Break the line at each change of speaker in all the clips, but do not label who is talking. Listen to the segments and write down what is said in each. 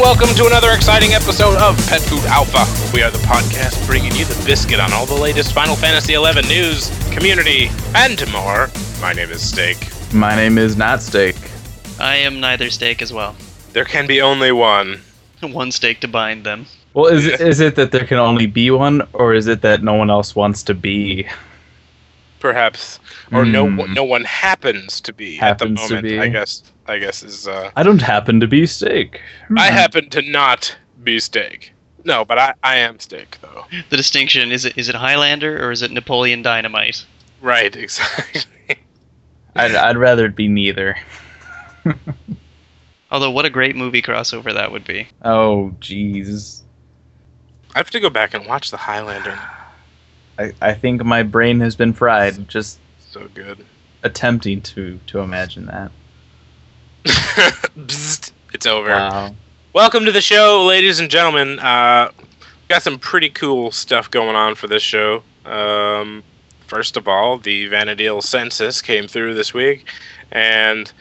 welcome to another exciting episode of Pet Food Alpha. We are the podcast bringing you the biscuit on all the latest Final Fantasy XI news, community, and more. My name is Steak.
My name is Not Steak.
I am neither stake as well.
There can be only one.
One stake to bind them.
Well, is is it that there can only be one, or is it that no one else wants to be?
perhaps, or no
Hmm.
one- no one happens to be
Happens
at
to
the moment.
be.
I guess I guess is uh,
I don't happen to be Steak.
I
Hmm.
happen to not be steak. No, but I, I am steak though.
The distinction is it is it Highlander or is it Napoleon Dynamite?
Right, exactly.
I'd, I'd rather it be neither.
Although what a great movie crossover that would be.
Oh, jeez.
I have to go back and watch the Highlander.
I, I think my brain has been fried just
So good.
attempting to to imagine that.
Bzzzt. it's over.
Wow.
Welcome to the show, ladies and gentlemen. Uh, we've got some pretty cool stuff going on for this show. Um, first of all, the Vanadil census came through this week, and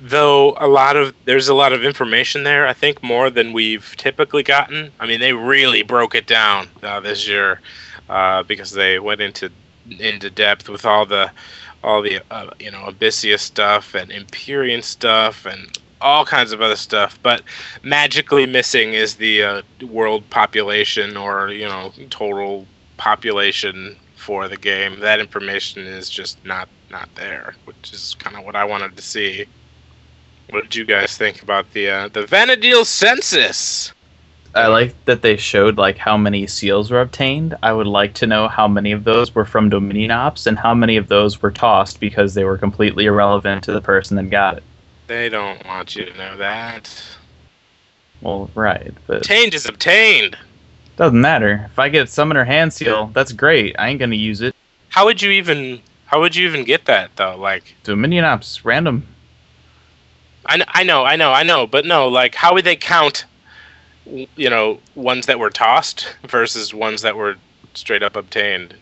though a lot of there's a lot of information there, I think more than we've typically gotten. I mean, they really broke it down uh, this year uh, because they went into into depth with all the all the uh, you know Abyssia stuff and Empyrean stuff and all kinds of other stuff, but magically missing is the uh, world population or you know total population for the game. That information is just not not there, which is kind of what I wanted to see. What did you guys think about the uh, the Vanadil census?
I like that they showed like how many seals were obtained. I would like to know how many of those were from Dominion Ops and how many of those were tossed because they were completely irrelevant to the person that got it.
They don't want you to know that.
Well, right, but
Obtained is obtained.
Doesn't matter. If I get a summoner hand seal, that's great. I ain't gonna use it.
How would you even how would you even get that though? Like
Dominion ops, random.
I, kn- I know, I know, I know, but no, like, how would they count, w- you know, ones that were tossed versus ones that were straight up obtained?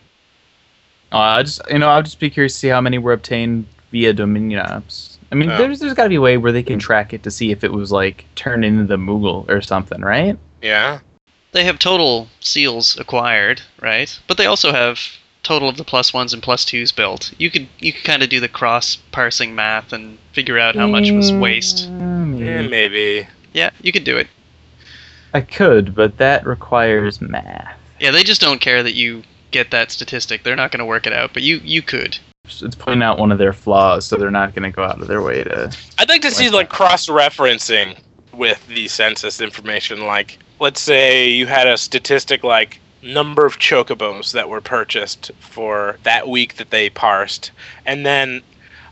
Uh, I just you know, I'll just be curious to see how many were obtained via Dominion ops. I mean,
Oh.
Yeah.
there's there's gotta be a way where they can track it to see if it was like turned into the Moogle or something, right?
Yeah,
They have total seals acquired, right? But they also have total of the plus ones and plus twos built. You could you could kind of do the cross parsing math and figure out how much was waste.
Mm,
yeah Eh, maybe.
Yeah, you could do it.
I could, but that requires math.
Yeah, they just don't care that you get that statistic. They're not going to work it out, but you you could.
It's pointing out one of their flaws, so they're not gonna go out of their way to
I'd like to see, like, cross referencing with the census information. Like, let's say you had a statistic like number of chocobos that were purchased for that week that they parsed, and then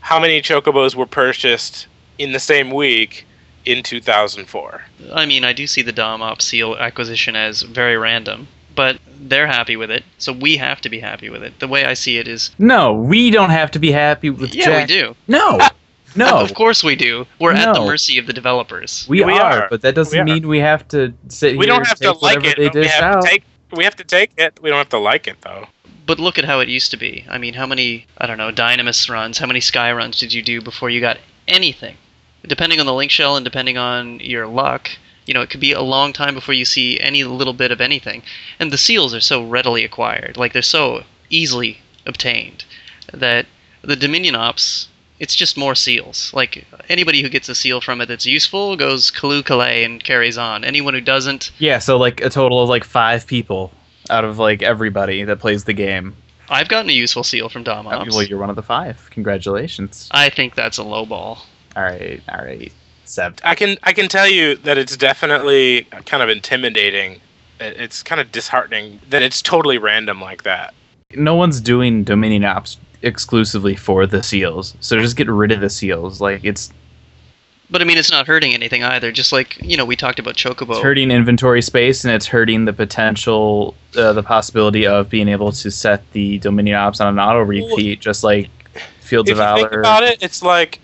how many chocobos were purchased in the same week in 2004.
I mean, I do see the Dom Op seal acquisition as very random, but they're happy with it, so we have to be happy with it. The way I see it is,
No, we don't have to be happy with
yeah,
Jack.
we do.
No. No.
Of course we do. We're at the
No.
mercy of the developers.
We,
We
are,
are.
but that doesn't
We are.
mean we have to sit
we
here
don't
and
have
take
to like
whatever
it.
They
but we
dish
have
out.
to take. We have to take it. We don't have to like it though.
But look at how it used to be. I mean, how many, I don't know, Dynamis runs, how many Sky runs did you do before you got anything? Depending on the link shell and depending on your luck, you know, it could be a long time before you see any little bit of anything. And the seals are so readily acquired, like they're so easily obtained, that the Dominion Ops, it's just more seals. Like, anybody who gets a seal from it that's useful goes Kalu Kalay and carries on. Anyone who doesn't,
Yeah, so like a total of like five people out of like everybody that plays the game. Uh,
I've gotten a useful seal from Dom Ops.
Well, you're one of the five. Congratulations.
I think that's a low ball.
Uh.
All right, all right. Sept.
I can I can tell you that it's definitely kind of intimidating. It- It's kind of disheartening that it's totally random like that.
No one's doing Dominion Ops exclusively for the seals, so just get rid of the seals. Like it's,
But I mean, it's not hurting anything either. Just like you know, we talked about
it's
Chocobo.
hurting inventory space and it's hurting the potential, uh, the possibility of being able to set the Dominion Ops on an auto repeat, just like Fields
If
of
you
Valor.
think about it, it's like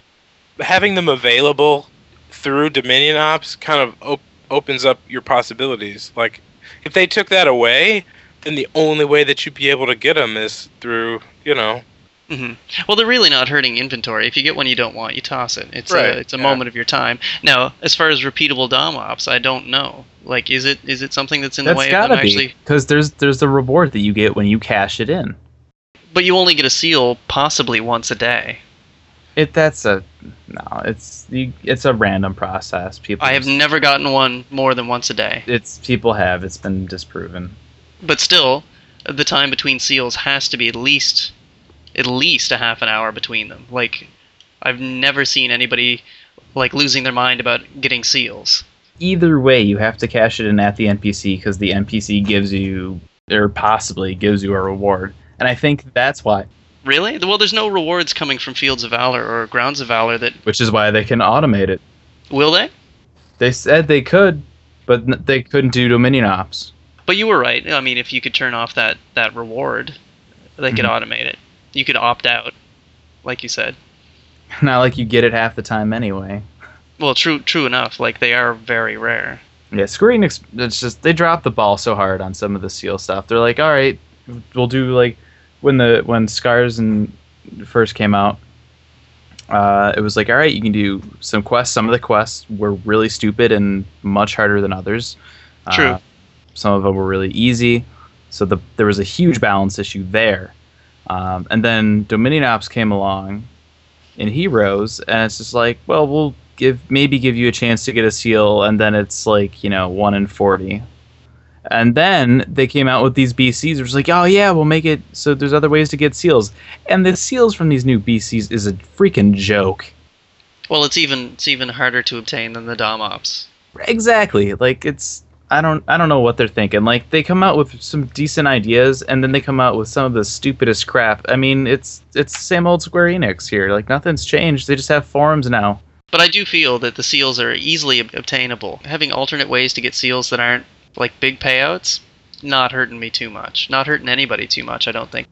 having them available through Dominion Ops kind of op- opens up your possibilities. Like if they took that away, then the only way that you'd be able to get them is through you know
hmm Well, they're really not hurting inventory. If you get one you don't want, you toss it. It's
Right,
a it's a
yeah.
moment of your time. Now, as far as repeatable DOM ops, I don't know. Like, is it is it something that's in the
That's
way of
gotta
them
be
actually?
because there's there's the reward that you get when you cash it in.
But you only get a seal possibly once a day.
It that's a no. It's you, it's a random process. People
I have never gotten one more than once a day.
It's people have. It's been disproven.
But still, the time between seals has to be at least at least a half an hour between them. Like, I've never seen anybody like losing their mind about getting seals.
Either way, you have to cash it in at the NPC because the NPC gives you or possibly gives you a reward. And I think that's why,
Really? Well, there's no rewards coming from Fields of Valor or Grounds of Valor that
which is why they can automate it.
will they?
They said they could, but n- they couldn't do Dominion Ops.
But you were right. I mean, if you could turn off that that reward, they could
Mm-hmm.
automate it. You could opt out, like you said.
Not like you get it half the time anyway.
Well, true true enough. Like they are very rare.
Yeah, Square Enix, it's just they dropped the ball so hard on some of the Seal stuff. They're like, all right, we'll do like when the when Scars and first came out. Uh, it was like, all right, you can do some quests. Some of the quests were really stupid and much harder than others.
True.
Uh, some of them were really easy, so the there was a huge balance issue there. Um, and then Dominion Ops came along, in Heroes, and it's just like, well, we'll give maybe give you a chance to get a seal, and then it's like you know one in forty, and then they came out with these BCs, which is like, oh yeah, we'll make it so there's other ways to get seals, and the seals from these new BCs is a freaking joke.
Well, it's even it's even harder to obtain than the Dom Ops.
Exactly, like it's I don't I don't know what they're thinking. Like they come out with some decent ideas, and then they come out with some of the stupidest crap. I mean, it's it's the same old Square Enix here. Like nothing's changed. They just have forums now.
But I do feel that the seals are easily ob- obtainable. Having alternate ways to get seals that aren't like big payouts, not hurting me too much. Not hurting anybody too much, I don't think.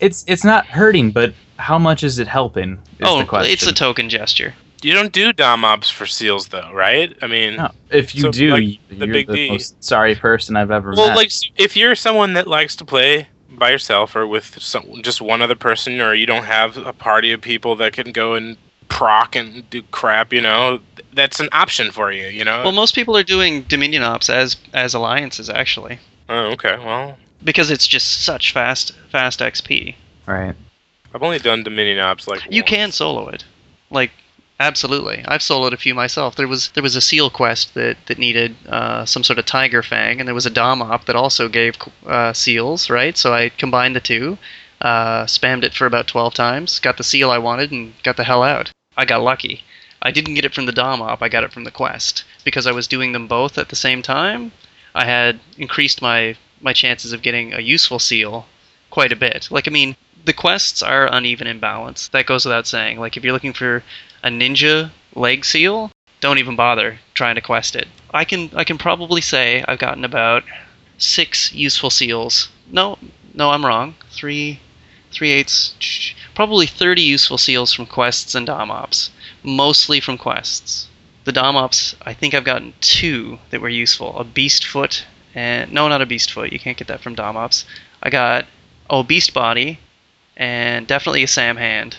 it's it's not hurting, but how much is it helping? Is
oh,
the question.
it's a token gesture.
You don't do dom ops for seals though, right? I mean,
No, if you
So,
do,
like,
you're the
Big D.
most sorry person I've ever
well,
met.
like s- if you're someone that likes to play by yourself or with some, just one other person, or you don't have a party of people that can go and proc and do crap, you know, th- that's an option for you. You know.
Well, most people are doing Dominion Ops as as alliances actually,
oh, okay. Well,
because it's just such fast fast XP.
right?
I've only done Dominion ops like
You
once.
can solo it, like absolutely. I've soloed a few myself. There was there was a seal quest that that needed uh, some sort of tiger fang, and there was a dom op that also gave uh, seals, right? So I combined the two, uh, spammed it for about twelve times, got the seal I wanted, and got the hell out. I got lucky. I didn't get it from the dom op. I got it from the quest because I was doing them both at the same time. I had increased my my chances of getting a useful seal quite a bit. Like I mean, the quests are uneven in balance. That goes without saying. Like if you're looking for a ninja leg seal, don't even bother trying to quest it. I can I can probably say I've gotten about six useful seals. No, no, I'm wrong. Three, three eighths, probably 30 useful seals from quests and dom ops, mostly from quests. The dom ops, I think I've gotten two that were useful. A beast foot and no, not a beast foot. You can't get that from dom ops. I got oh beast body, and definitely a Sam Hand.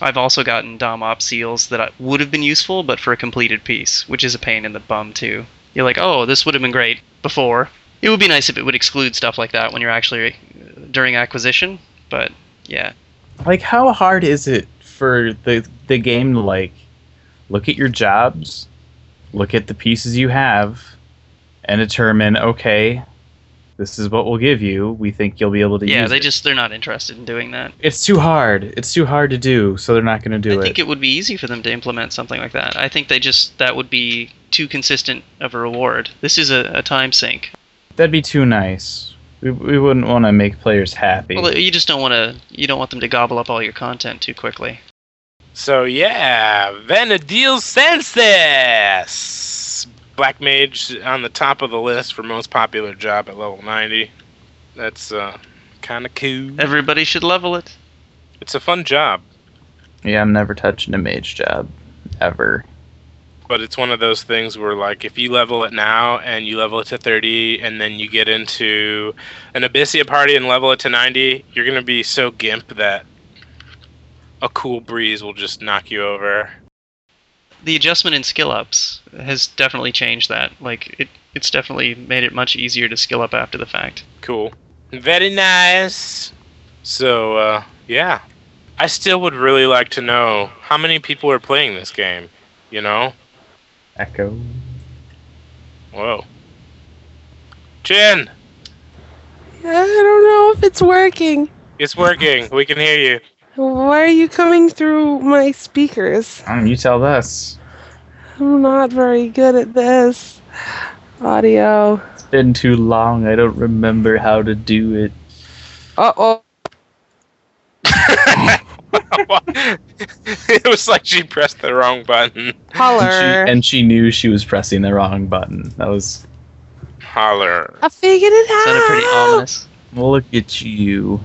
I've also gotten Dom Op seals that I- would have been useful, but for a completed piece, which is a pain in the bum too. You're like, oh, this would have been great before. It would be nice if it would exclude stuff like that when you're actually uh, during acquisition, but yeah.
Like, how hard is it for the the game to like look at your jobs, look at the pieces you have, and determine okay, this is what we'll give you. We think you'll be able to
Yeah,
use
they
it.
just they're not interested in doing that.
It's too hard. It's too hard to do, so they're not going to do
I
it.
think it would be easy for them to implement something like that. I think they just that would be too consistent of a reward. This is a, a time sink.
That'd be too nice. We, we wouldn't want to make players happy.
Well, you just don't want to you don't want them to gobble up all your content too quickly.
So yeah, Vanadil Census! Black Mage on the top of the list for most popular job at level 90. That's uh, kind of cool.
Everybody should level it.
It's a fun job,
Yeah, I'm never touching a mage job ever.
but it's one of those things where like if you level it now and you level it to 30 and then you get into an Abyssia party and level it to 90, you're going to be so gimp that a cool breeze will just knock you over.
the adjustment in skill ups has definitely changed that. Like it, it's definitely made it much easier to skill up after the fact.
Cool. Very nice. So, uh, yeah. I still would really like to know how many people are playing this game. You know?
Echo.
Whoa. Jen,
I don't know if it's working.
it's working. We can hear you.
Why are you coming through my speakers?
Um, you tell us.
I'm not very good at this. Audio.
It's been too long. I don't remember how to do it.
Uh oh.
it was like she pressed the wrong button.
And she,
Holler.
and she knew she was pressing the wrong button. That was.
Holler.
I figured it out.
Sounded pretty ominous.
Look at you.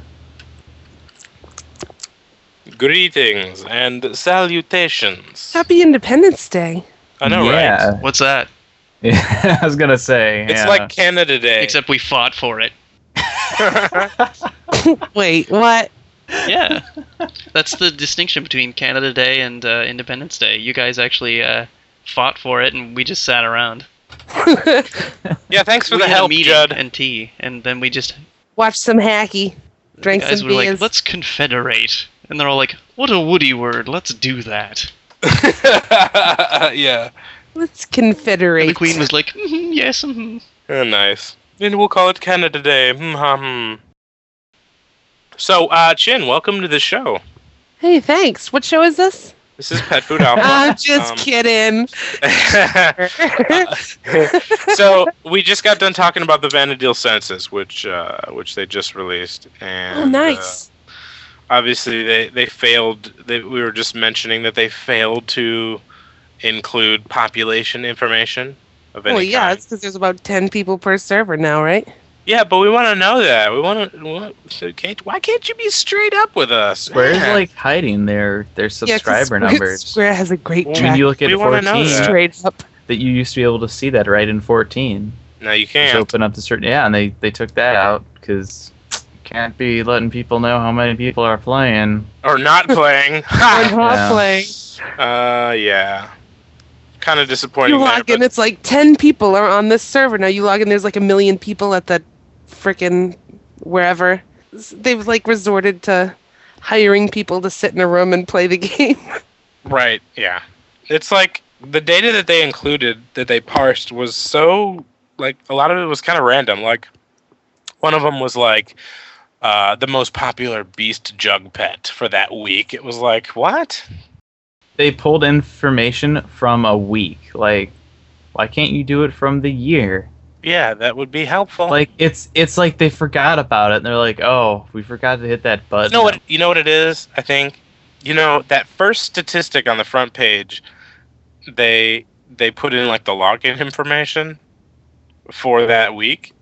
Greetings and salutations.
Happy Independence Day.
I know,
yeah.
right?
What's that?
Yeah, I was gonna say.
It's
yeah.
like Canada Day.
Except we fought for it.
Wait, what?
Yeah, that's the distinction between Canada Day and uh, Independence Day. You guys actually uh, fought for it, and we just sat around.
yeah, thanks for
we
the
had a
help,
meeting
Judd.
and tea, and then we just
Watch some hacky.
the
Drank
guys
some
were like,
beers.
"Let's confederate," and they're all like, "What a woody word! Let's do that."
yeah.
Let's
And
confederate.
the queen was like, "Mhm, "Yes." mhm."
Oh, nice. And we'll call it Canada Day. Hmm, ha, hmm. So, uh, Chin, welcome to the show.
hey, thanks. What show is this?
This is Pet Food Alpha.
I'm just
Um,
kidding.
so we just got done talking about the Vanadil census, which uh, which they just released, and
oh, nice.
uh, obviously, they they failed. They, we were just mentioning that they failed to include population information of any
well, yeah,
kind.
it's because there's about 10 people per server now, right?
Yeah, but we want to know that. We want to. So can't, why can't you be straight up with us?
Where's
Yeah.
like hiding their their
Yeah, 'cause
subscriber
Square-
numbers?
Square has a great
Well,
I
track.
mean, you look at
We wanna
14
know that.
that.
straight up.
you used to be able to see that right in 14.
No, you
Just
can't.
open up the certain yeah, and they they took that out because can't be letting people know how many people are playing.
Or not playing.
We're
Ha!
not
Ah, Yeah.
playing.
uh, yeah. Kind of disappointing.
You log
there,
in, it's like 10 people are on this server. Now you log in, there's like a million people at the frickin' wherever. S- They've like resorted to hiring people to sit in a room and play the game.
but- Right, yeah. It's like the data that they included, that they parsed, was so. Like, a lot of it was kind of random. Like, one of them was like. Uh, the most popular beast jug pet for that week. It was like, what?
They pulled information from a week. Like, why can't you do it from the year?
Yeah, that would be helpful.
Like it's it's like they forgot about it and they're like, oh, we forgot to hit that button.
You know what? You know what it is. I think. You know that first statistic on the front page. They they put in like the login information for that week.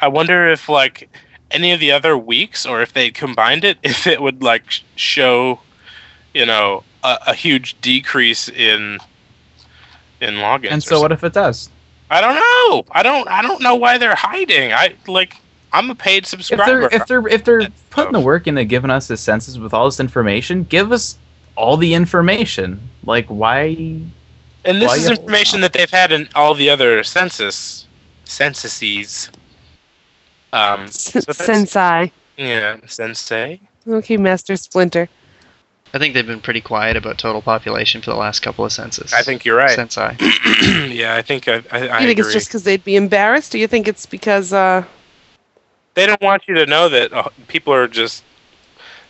I wonder if like any of the other weeks, or if they combined it, if it would like sh- show, you know, a, a huge decrease in in logins.
And
or
so what if it does?
I don't know. I don't. I don't know why they're hiding. I like. I'm a paid
if
subscriber.
they're if they're if they're
That's
putting the
tough.
work in and giving us the census with all this information, give us all the information. Like why?
And this
Why
is
you-
information that they've had in all the other census censuses. Um,
S-
that's-
Sensei.
yeah, sensei.
Okay, Master Splinter.
I think they've been pretty quiet about total population for the last couple of census.
I think you're right.
Since I.
yeah, I think I, I, I
you think
agree.
it's just because they'd be embarrassed, or you think it's because uh,
they don't want you to know that uh, people are just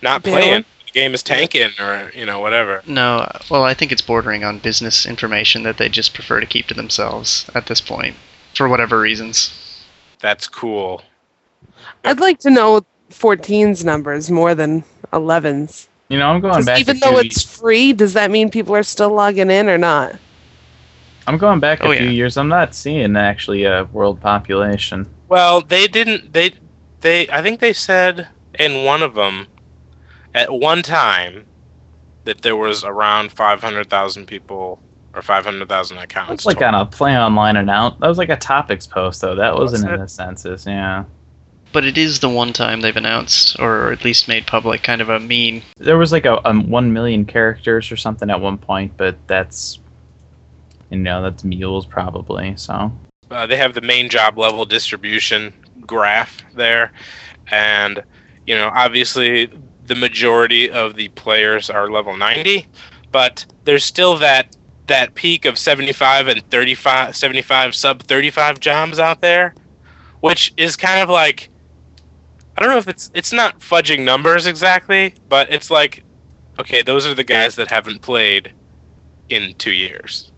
not
Bailing?
playing. The game is tanking, or you know, whatever.
No, well, I think it's bordering on business information that they just prefer to keep to themselves at this point, for whatever reasons.
That's cool.
I'd like to know 14's numbers more than 11's?
You know, I'm going
'Cause
back.
even
a few
though
ye-
it's free, does that mean people are still logging in or not?
I'm going back a
Oh,
few
yeah.
years. I'm not seeing actually a world population.
Well, they didn't. They they. I think they said in one of them at one time that there was around five hundred thousand people or five hundred thousand accounts.
That's like on a play online announce. That was like a topics post though. That
Was
wasn't in
it?
the census. Yeah.
but it is the one time they've announced, or at least made public, kind of a mean.
There was like a, a one million characters or something at one point, but that's you know that's mules probably. So
Uh, they have the main job level distribution graph there, and you know obviously the majority of the players are level 90, but there's still that that peak of 75 and 35, 75 sub 35 jobs out there, which is kind of like I don't know if it's it's not fudging numbers exactly, but it's like okay, those are the guys that haven't played in two years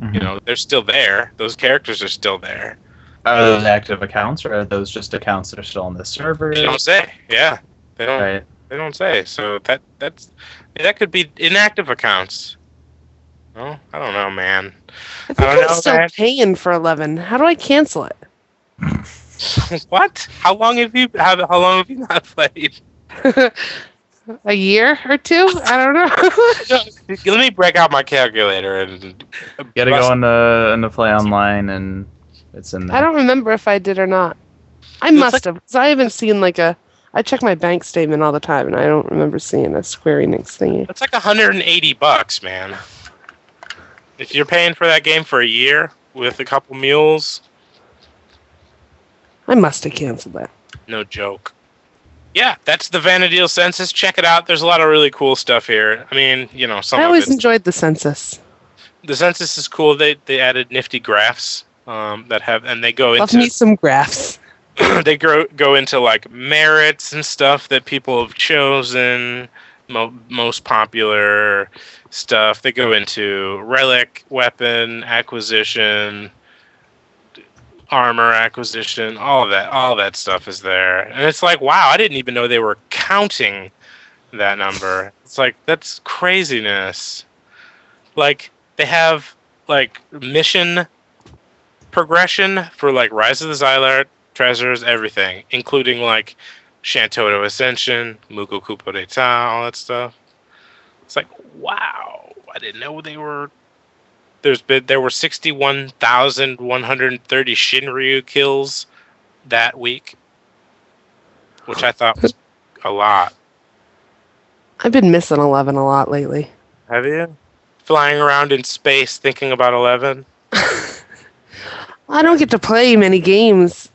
you
Mm-hmm.
know they're still there those characters are still there
are those active accounts or are those just accounts that are still on the server?
they don't say yeah they don't
Right.
they don't say so that that's that could be inactive accounts no i don't know man
I think
I
I
don't
am
know,
still
man.
paying for eleven. How do I cancel it?
what how long have you how, how long have you not played
A year or two? I don't know.
let me break out my calculator and
You gotta go on the on the play online and it's in there.
I don't remember if I did or not. I
It's
must
like-
have, because I haven't seen like a. I check my bank statement all the time, and I don't remember seeing a Square Enix thingy.
that's like 180 bucks man if you're paying for that game for a year with a couple mules
I must have canceled that.
No joke. Yeah, that's the Vanadil census. Check it out. There's a lot of really cool stuff here. I mean, you know, some
I
of
always
it.
enjoyed the census.
The census is cool. They they added nifty graphs um, that have, and they go
Love
into
me some graphs.
they grow, go into like merits and stuff that people have chosen, mo- most popular stuff. They go into relic, weapon acquisition, armor acquisition, all of that. All that stuff is there, and it's like, wow, I didn't even know they were counting that number. It's like that's craziness. Like they have like mission progression for like Rise of the Xylar treasures, everything, including like Shantoto Ascension, Mukokupo d'Etat, all that stuff. It's like, wow, I didn't know they were. There's been there were sixty one thousand one hundred thirty Shinryu kills that week, which I thought was a lot.
I've been missing eleven a lot lately.
Have you flying around in space thinking about eleven?
I don't get to play many games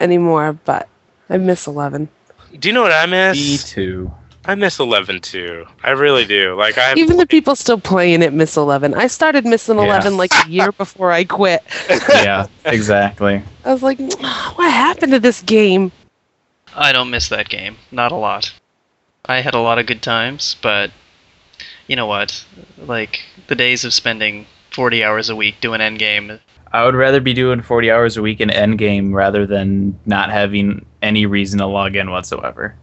anymore, but I miss eleven.
Do you know what I
E
miss?
two.
I miss eleven too. I really do. Like I
Even the people still playing it miss eleven. I started missing
Yeah.
eleven like a year before I quit.
Yeah, exactly.
I was like, what happened to this game?
I don't miss that game. Not a lot. I had a lot of good times, but you know what? Like the days of spending 40 hours a week doing endgame.
I would rather be doing forty hours a week in endgame rather than not having any reason to log in whatsoever.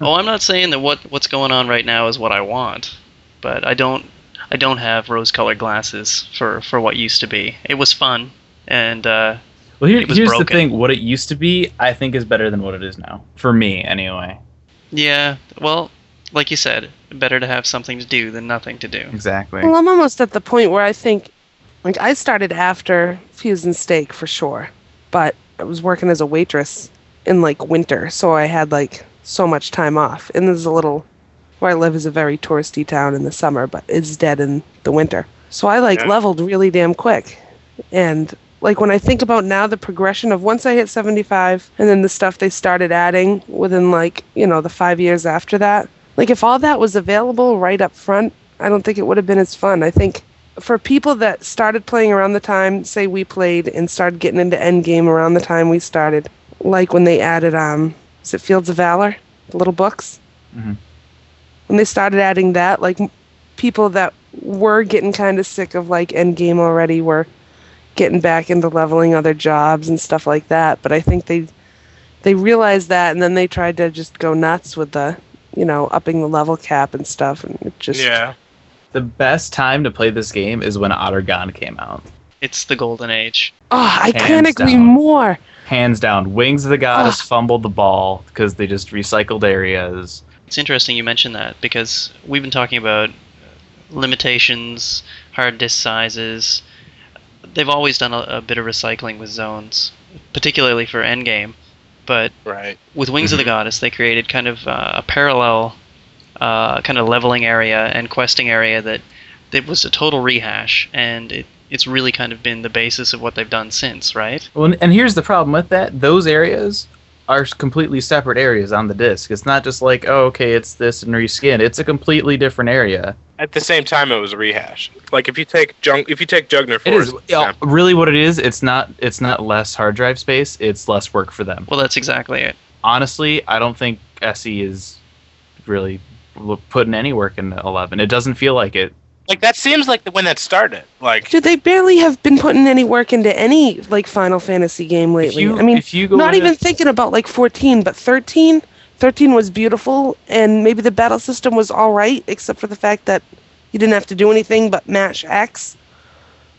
oh, I'm not saying that what what's going on right now is what I want, but I don't I don't have rose-colored glasses for for what used to be. It was fun, and uh,
Well, here,
It was
here's the
broken.
thing: what it used to be, I think, is better than what it is now. For me, anyway.
yeah. Well, like you said, better to have something to do than nothing to do.
Exactly.
Well, I'm almost at the point where I think, like, I started after Fuse and Steak for sure, but I was working as a waitress in like winter, so I had like so much time off. And there's a little where I live is a very touristy town in the summer, but it's dead in the winter. So I like
Yeah.
leveled really damn quick. And like when I think about now the progression of once I hit 75 and then the stuff they started adding within like, you know, the 5 years after that, like if all that was available right up front, I don't think it would have been as fun. I think for people that started playing around the time, say we played and started getting into Endgame around the time we started, like when they added, um, is it Fields of Valor, the little books?
Mhm.
When they started adding that, like m- people that were getting kind of sick of like Endgame already were getting back into leveling other jobs and stuff like that. But I think they they realized that and then they tried to just go nuts with the you know upping the level cap and stuff and it just
yeah.
the best time to play this game is when Ottergon came out.
It's the golden age.
Oh, I
Hands
can't agree
down.
more.
Hands down, Wings of the Goddess fumbled the ball because they just recycled areas.
It's interesting you mentioned that because we've been talking about limitations, hard disk sizes. They've always done a, a bit of recycling with zones, particularly for Endgame. But
Right.
with Wings of the Goddess, they created kind of uh, a parallel uh, kind of leveling area and questing area that that was a total rehash, and it, it's really kind of been the basis of what they've done since, right?
Well, and- and here's the problem with that: those areas are s- completely separate areas on the disc. It's not just like, oh, okay, it's this and reskinned. It's a completely different area.
At the same time, it was a rehash. Like if you take junk, if you take Jugner
It
Force,
is
for
yeah,
example,
really what it is. It's not. It's not less hard drive space. It's less work for them.
Well, that's exactly it.
Honestly, I don't think SE is really l- putting any work in 11. It doesn't feel like it.
like that seems like the when that started. Like
Dude, they barely have been putting any work into any like Final Fantasy game
If
lately.
you,
I mean,
if you go
not
into-
even thinking about like 14, but 13. 13 was beautiful, and maybe the battle system was all right, except for the fact that you didn't have to do anything but match X.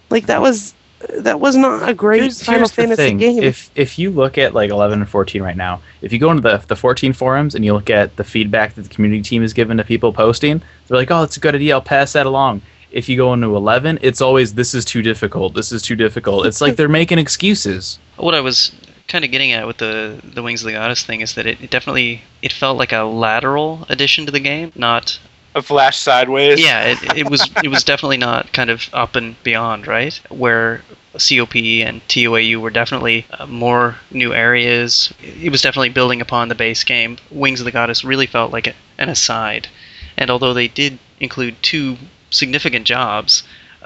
Like that was that was not a great Final Fantasy game.
If if you look at like 11 and 14 right now, if you go into the the 14 forums and you look at the feedback that the community team has given to people posting, they're like, "Oh, that's a good idea. I'll pass that along." If you go into 11, it's always this is too difficult. This is too difficult. It's like they're making excuses.
what I was kind of getting at with the the Wings of the Goddess thing is that it, it definitely it felt like a lateral addition to the game, not
a flash sideways.
yeah, it, it was it was definitely not kind of up and beyond, right? Where COPE and TOAU were definitely uh, more new areas. It was definitely building upon the base game. Wings of the Goddess really felt like a- an aside, and although they did include two significant jobs,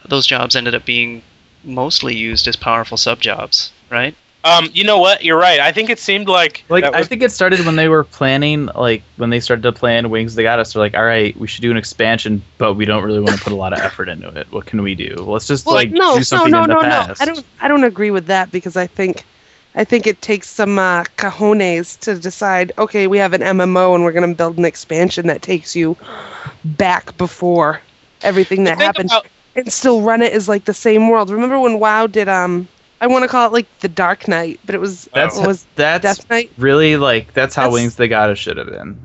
those jobs ended up being mostly used as powerful sub jobs, right?
Um. You know what? You're right. I think it seemed like
Like
that
I
was-
think it started when they were planning, like when they started to plan Wings of the Goddess. They're like, "All right, we should do an expansion, but we don't really want to put a lot of effort into it. What can we do? Let's just like do something in the past."
I don't. I don't agree with that because I think, I think it takes some uh, cojones to decide. Okay, we have an MMO and we're going to build an expansion that takes you back before everything that
Think
happened
about-
and still run it as like the same world. Remember when WoW did um? I want to call it like the Dark Knight, but it was
That's
Oh,
it was
that's
Death Knight.
really like that's how
That's-
Wings of the Goddess should have been.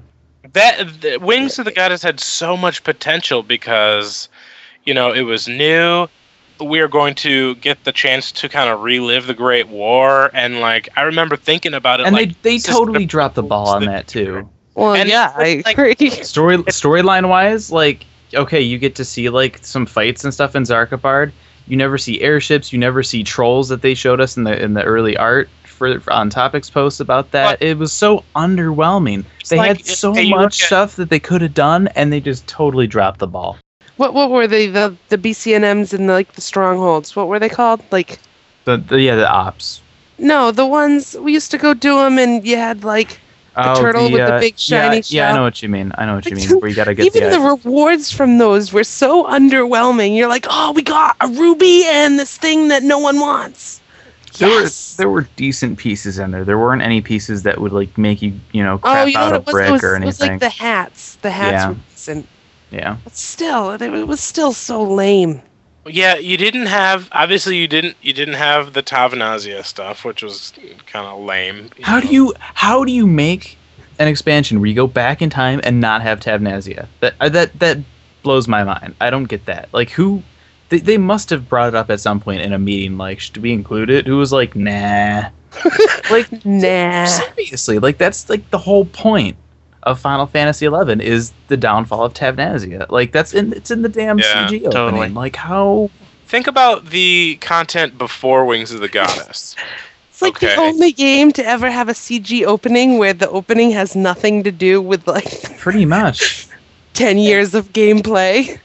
that the Wings of the Goddess had so much potential because, you know, it was new. We are going to get the chance to kind of relive the Great War, and like I remember thinking about it.
and
like,
they they
this is
totally
the-
dropped the ball on that too.
different.
Well,
And
yeah, I
it's like-
agree.
Story storyline wise, like okay, you get to see like some fights and stuff in Zarkabard. You never see airships. You never see trolls that they showed us in the in the early art for, for on topics posts about that. It was so underwhelming.
It's
They
like,
had so
hey, you look
much
at-
stuff that they could have done, and they just totally dropped the ball.
what what were they the the BCNMs and like the strongholds? What were they called? Like
The, the yeah, the ops.
no, the ones we used to go do them, and you had like
Oh,
turtle with the big shiny
yeah, Yeah, I
shell.
know what you mean. I know what you
Like,
mean. Where you gotta get
even
the
the rewards from those were so underwhelming. You're like, oh, we got a ruby and this thing that no one wants.
There
Yes.
were there were decent pieces in there. There weren't any pieces that would like make you you know crap
oh, you know
out
what
a
it was? It
brick
was,
or
it was
anything.
like the hats. The hats
Yeah.
were decent,
yeah,
but still, it, it was still so lame.
Yeah, you didn't have obviously you didn't you didn't have the Tavanazia stuff, which was kind of lame.
how
know.
do you how do you make an expansion where you go back in time and not have Tavnazia? That uh, that that blows my mind. I don't get that. Like who? They, they must have brought it up at some point in a meeting. Like should we include it? Who was like nah? like
Nah.
seriously? Like that's like the whole point of Final Fantasy Eleven is the downfall of Tavnazia. Like that's in it's in the damn
Yeah,
CG opening.
totally.
Like how
Think about the content before Wings of the Goddess.
It's like the
Okay.
only game to ever have a CG opening where the opening has nothing to do with like
Pretty much.
10 years of gameplay.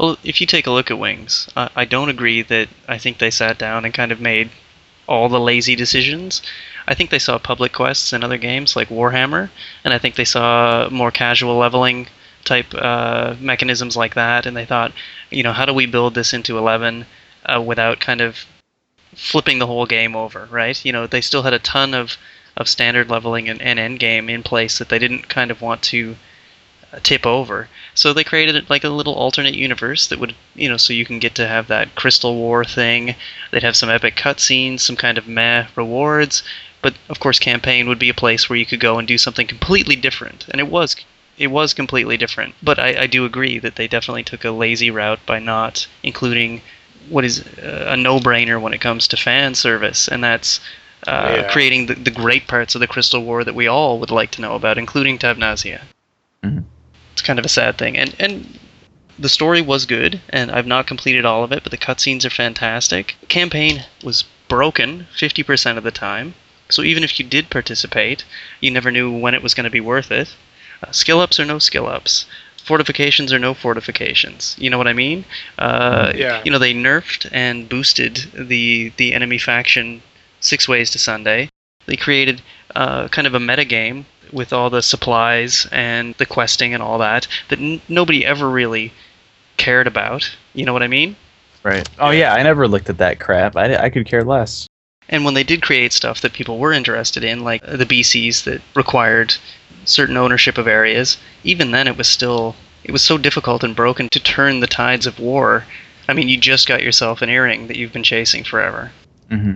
Well, if you take a look at Wings, I, I don't agree that I think they sat down and kind of made all the lazy decisions. I think they saw public quests in other games like Warhammer, and I think they saw more casual leveling type uh, mechanisms like that, and they thought, you know, how do we build this into 11 uh, without kind of flipping the whole game over, right? You know, they still had a ton of, of standard leveling and, and end game in place that they didn't kind of want to uh, tip over. So they created like a little alternate universe that would, you know, so you can get to have that Crystal War thing. They'd have some epic cutscenes, some kind of meh rewards, but of course, campaign would be a place where you could go and do something completely different. And it was, it was completely different. But I, I do agree that they definitely took a lazy route by not including what is uh, a no-brainer when it comes to fan service, and that's uh,
Yeah.
creating the, the great parts of the Crystal War that we all would like to know about, including Tabnazia.
Mhm.
It's kind of a sad thing, and and the story was good, and I've not completed all of it, but the cutscenes are fantastic. Campaign was broken 50% of the time, so even if you did participate, you never knew when it was going to be worth it. Uh, skill ups or no skill ups, fortifications or no fortifications. You know what I mean? Uh,
Yeah.
You know they nerfed and boosted the the enemy faction six ways to Sunday. They created uh, kind of a meta game with all the supplies and the questing and all that that n- nobody ever really cared about. You know what I mean?
Right. Oh yeah, I never looked at that crap. I, I could care less.
And when they did create stuff that people were interested in, like the BCs that required certain ownership of areas, even then it was still it was so difficult and broken to turn the tides of war. I mean, you just got yourself an earring that you've been chasing forever.
hmm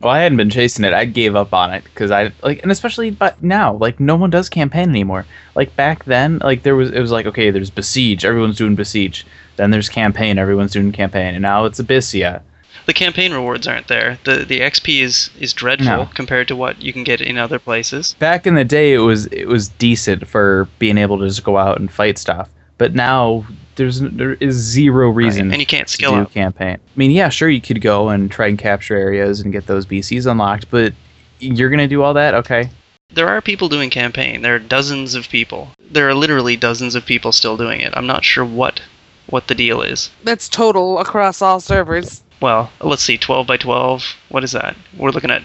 Well, I hadn't been chasing it. I gave up on it because I like, and especially but now, like no one does campaign anymore. Like back then, like there was it was like okay, there's besiege, everyone's doing besiege. Then there's campaign, everyone's doing campaign, and now it's abyssia.
The campaign rewards aren't there. The the XP is is dreadful
No.
compared to what you can get in other places.
Back in the day, it was it was decent for being able to just go out and fight stuff, but now there's there is zero reason.
And you can't
to
skill
do
up.
campaign. I mean, yeah, sure, you could go and try and capture areas and get those BCs unlocked, but you're gonna do all that, okay?
There are people doing campaign. There are dozens of people. There are literally dozens of people still doing it. I'm not sure what what the deal is.
That's total across all servers.
well, let's see, 12 by 12. What is that? We're looking at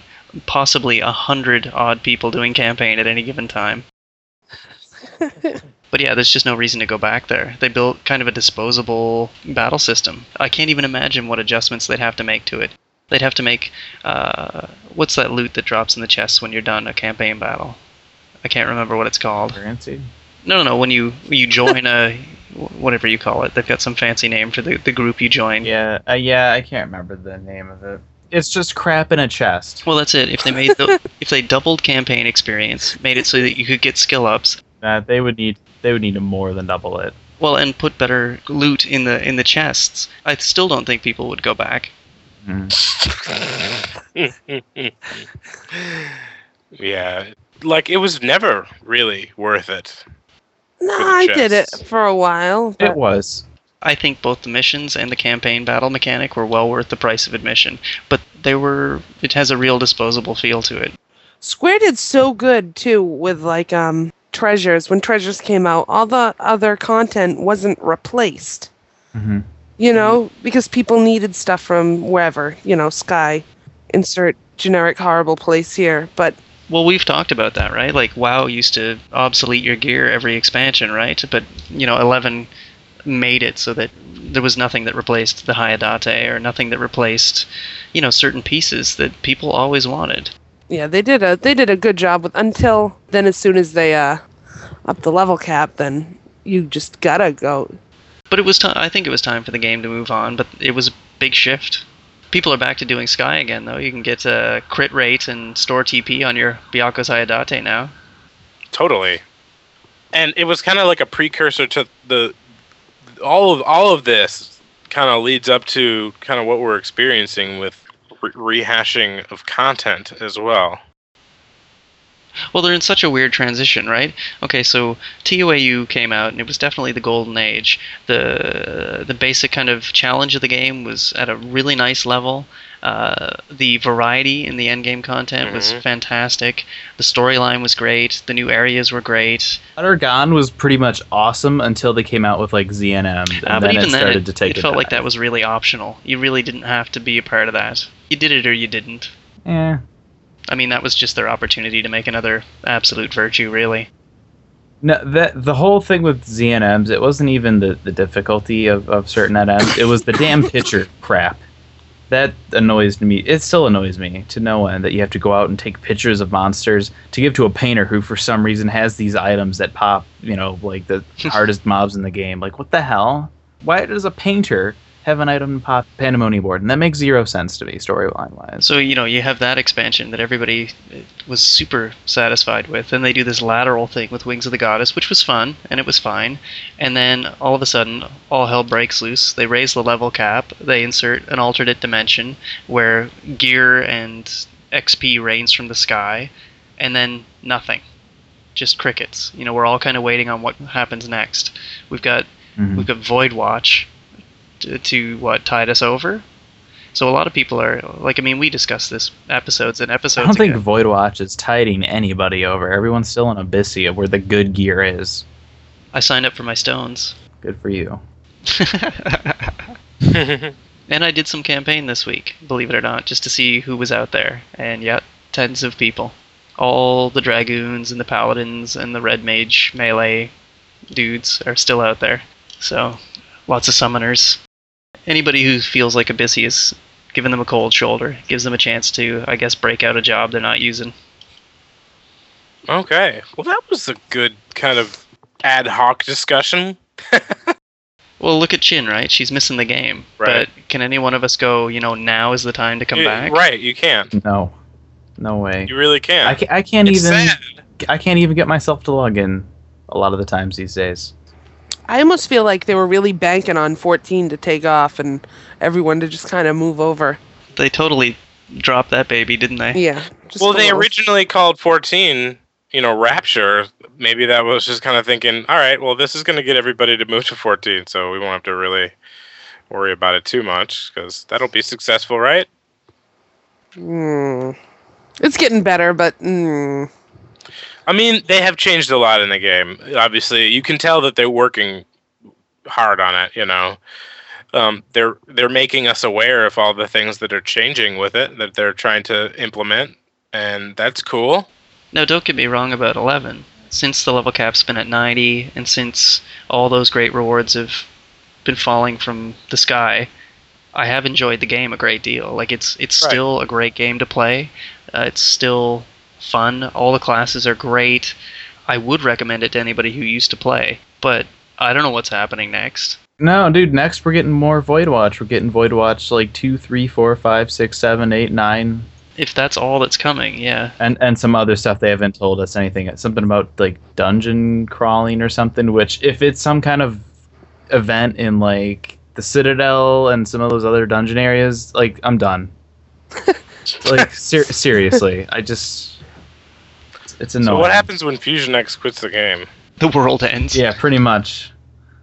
possibly a hundred odd people doing campaign at any given time. But yeah, there's just no reason to go back there. They built kind of a disposable battle system. I can't even imagine what adjustments they'd have to make to it. They'd have to make uh, what's that loot that drops in the chests when you're done a campaign battle? I can't remember what it's called.
Currency.
No, no, no. When you you join a whatever you call it, they've got some fancy name for the, the group you join.
Yeah, uh, yeah, I can't remember the name of it. It's just crap in a chest.
Well, that's it. If they made the, if they doubled campaign experience, made it so that you could get skill ups,
That Uh, they would need, they would need to more than double it.
well, and put better loot in the in the chests, I still don't think people would go back.
Mm-hmm.
yeah, like it was never really worth it.
No,
For the
I did it
chests.
for a while.
It
But
was.
I think both the missions and the campaign battle mechanic were well worth the price of admission, but they were it has a real disposable feel to it.
Square did so good too with like um treasures. When treasures came out, all the other content wasn't replaced.
Mm-hmm.
You know, because people needed stuff from wherever. You know, Sky, insert generic horrible place here, but
Well, we've talked about that, right? Like WoW used to obsolete your gear every expansion, right? But you know, Eleven made it so that there was nothing that replaced the Hayadate or nothing that replaced, you know, certain pieces that people always wanted.
yeah, they did a they did a good job with until then. As soon as they uh up the level cap, then you just gotta go.
But it was time. I think it was time for the game to move on. But it was a big shift. People are back to doing Sky again, though. You can get a crit rate and store TP on your Biakos Hayadate now.
Totally. And it was kind of like a precursor to the all of all of this kind of leads up to kind of what we're experiencing with re- rehashing of content as well.
Well, they're in such a weird transition, right? Okay, so TOAU came out, and it was definitely the golden age. the The basic kind of challenge of the game was at a really nice level. Uh, the variety in the endgame content was
Mm-hmm.
Mhm.
fantastic. The storyline was great. The new areas were great.
Undergone was pretty much awesome until they came out with like ZNM, and
Uh, but
then
even
it
then,
started
it,
to take.
it felt like
dive.
that was really optional. You really didn't have to be a part of that. You did it or you didn't.
Yeah.
I mean, that was just their opportunity to make another absolute virtue, really.
No, that the whole thing with ZNMs, it wasn't even the, the difficulty of, of certain NMs. It was the damn pitcher crap. That annoys me. It still annoys me to no end that you have to go out and take pictures of monsters to give to a painter who, for some reason, has these items that pop. You know, like the hardest mobs in the game. Like, what the hell? Why does a painter have an item to pop Pandemonium board? And that makes zero sense to me storyline wise.
Uh, So you know you have that expansion that everybody uh, was super satisfied with, and they do this lateral thing with Wings of the Goddess, which was fun and it was fine. And then all of a sudden, all hell breaks loose. They raise the level cap. They insert an alternate dimension where gear and XP rains from the sky, and then nothing, just crickets. You know, we're all kind of waiting on what happens next. We've got
Mhm.
we've got Void Watch to, to what tide us over. So a lot of people are like, I mean, we discussed this episodes and episodes.
I don't think
ago.
Void Watch is tiding anybody over. Everyone's still in Abyssia, where the good gear is.
I signed up for my stones.
Good for you.
And I did some campaign this week, believe it or not, just to see who was out there. And yet, tens of people. All the dragoons and the paladins and the red mage melee dudes are still out there. So, lots of summoners. Anybody who feels like Abyssus, giving them a cold shoulder, gives them a chance to, I guess, break out a job they're not using.
okay. Well, that was a good kind of ad hoc discussion.
Well, look at Chin, right? She's missing the game.
Right.
But can any one of us go, you know, now is the time to come
You-
back?
Right, you can't.
No, no way.
You really
I
can't.
can't, I can't
It's
even.
sad.
I can't even get myself to log in. A lot of the times these days.
I almost feel like they were really banking on 14 to take off and everyone to just kind of move over.
They totally dropped that baby, didn't they?
Yeah. just
Well,
a
they
little.
originally called 14, you know, Rapture. Maybe that was just kind of thinking, all right, well, this is going to get everybody to move to 14, so we won't have to really worry about it too much because that'll be successful, right?
Mm. It's getting better, but mm,
I mean, they have changed a lot in the game. Obviously, you can tell that they're working hard on it. You know, um, they're they're making us aware of all the things that are changing with it that they're trying to implement, and that's cool.
Now, don't get me wrong about 11. Since the level cap's been at 90, and since all those great rewards have been falling from the sky, I have enjoyed the game a great deal. Like it's it's
Right.
still a great game to play. Uh, it's still fun. All the classes are great. I would recommend it to anybody who used to play, but I don't know what's happening next.
No, dude. Next, we're getting more Void Watch. We're getting Void Watch like two, three, four, five, six, seven, eight, nine,
If that's all that's coming, yeah.
and and some other stuff they haven't told us anything. Something about like dungeon crawling or something. Which, if it's some kind of event in like the Citadel and some of those other dungeon areas, like I'm done. like ser- seriously, I just it's, it's annoying.
So what happens when Fusion X quits the game?
The world ends.
Yeah, pretty much.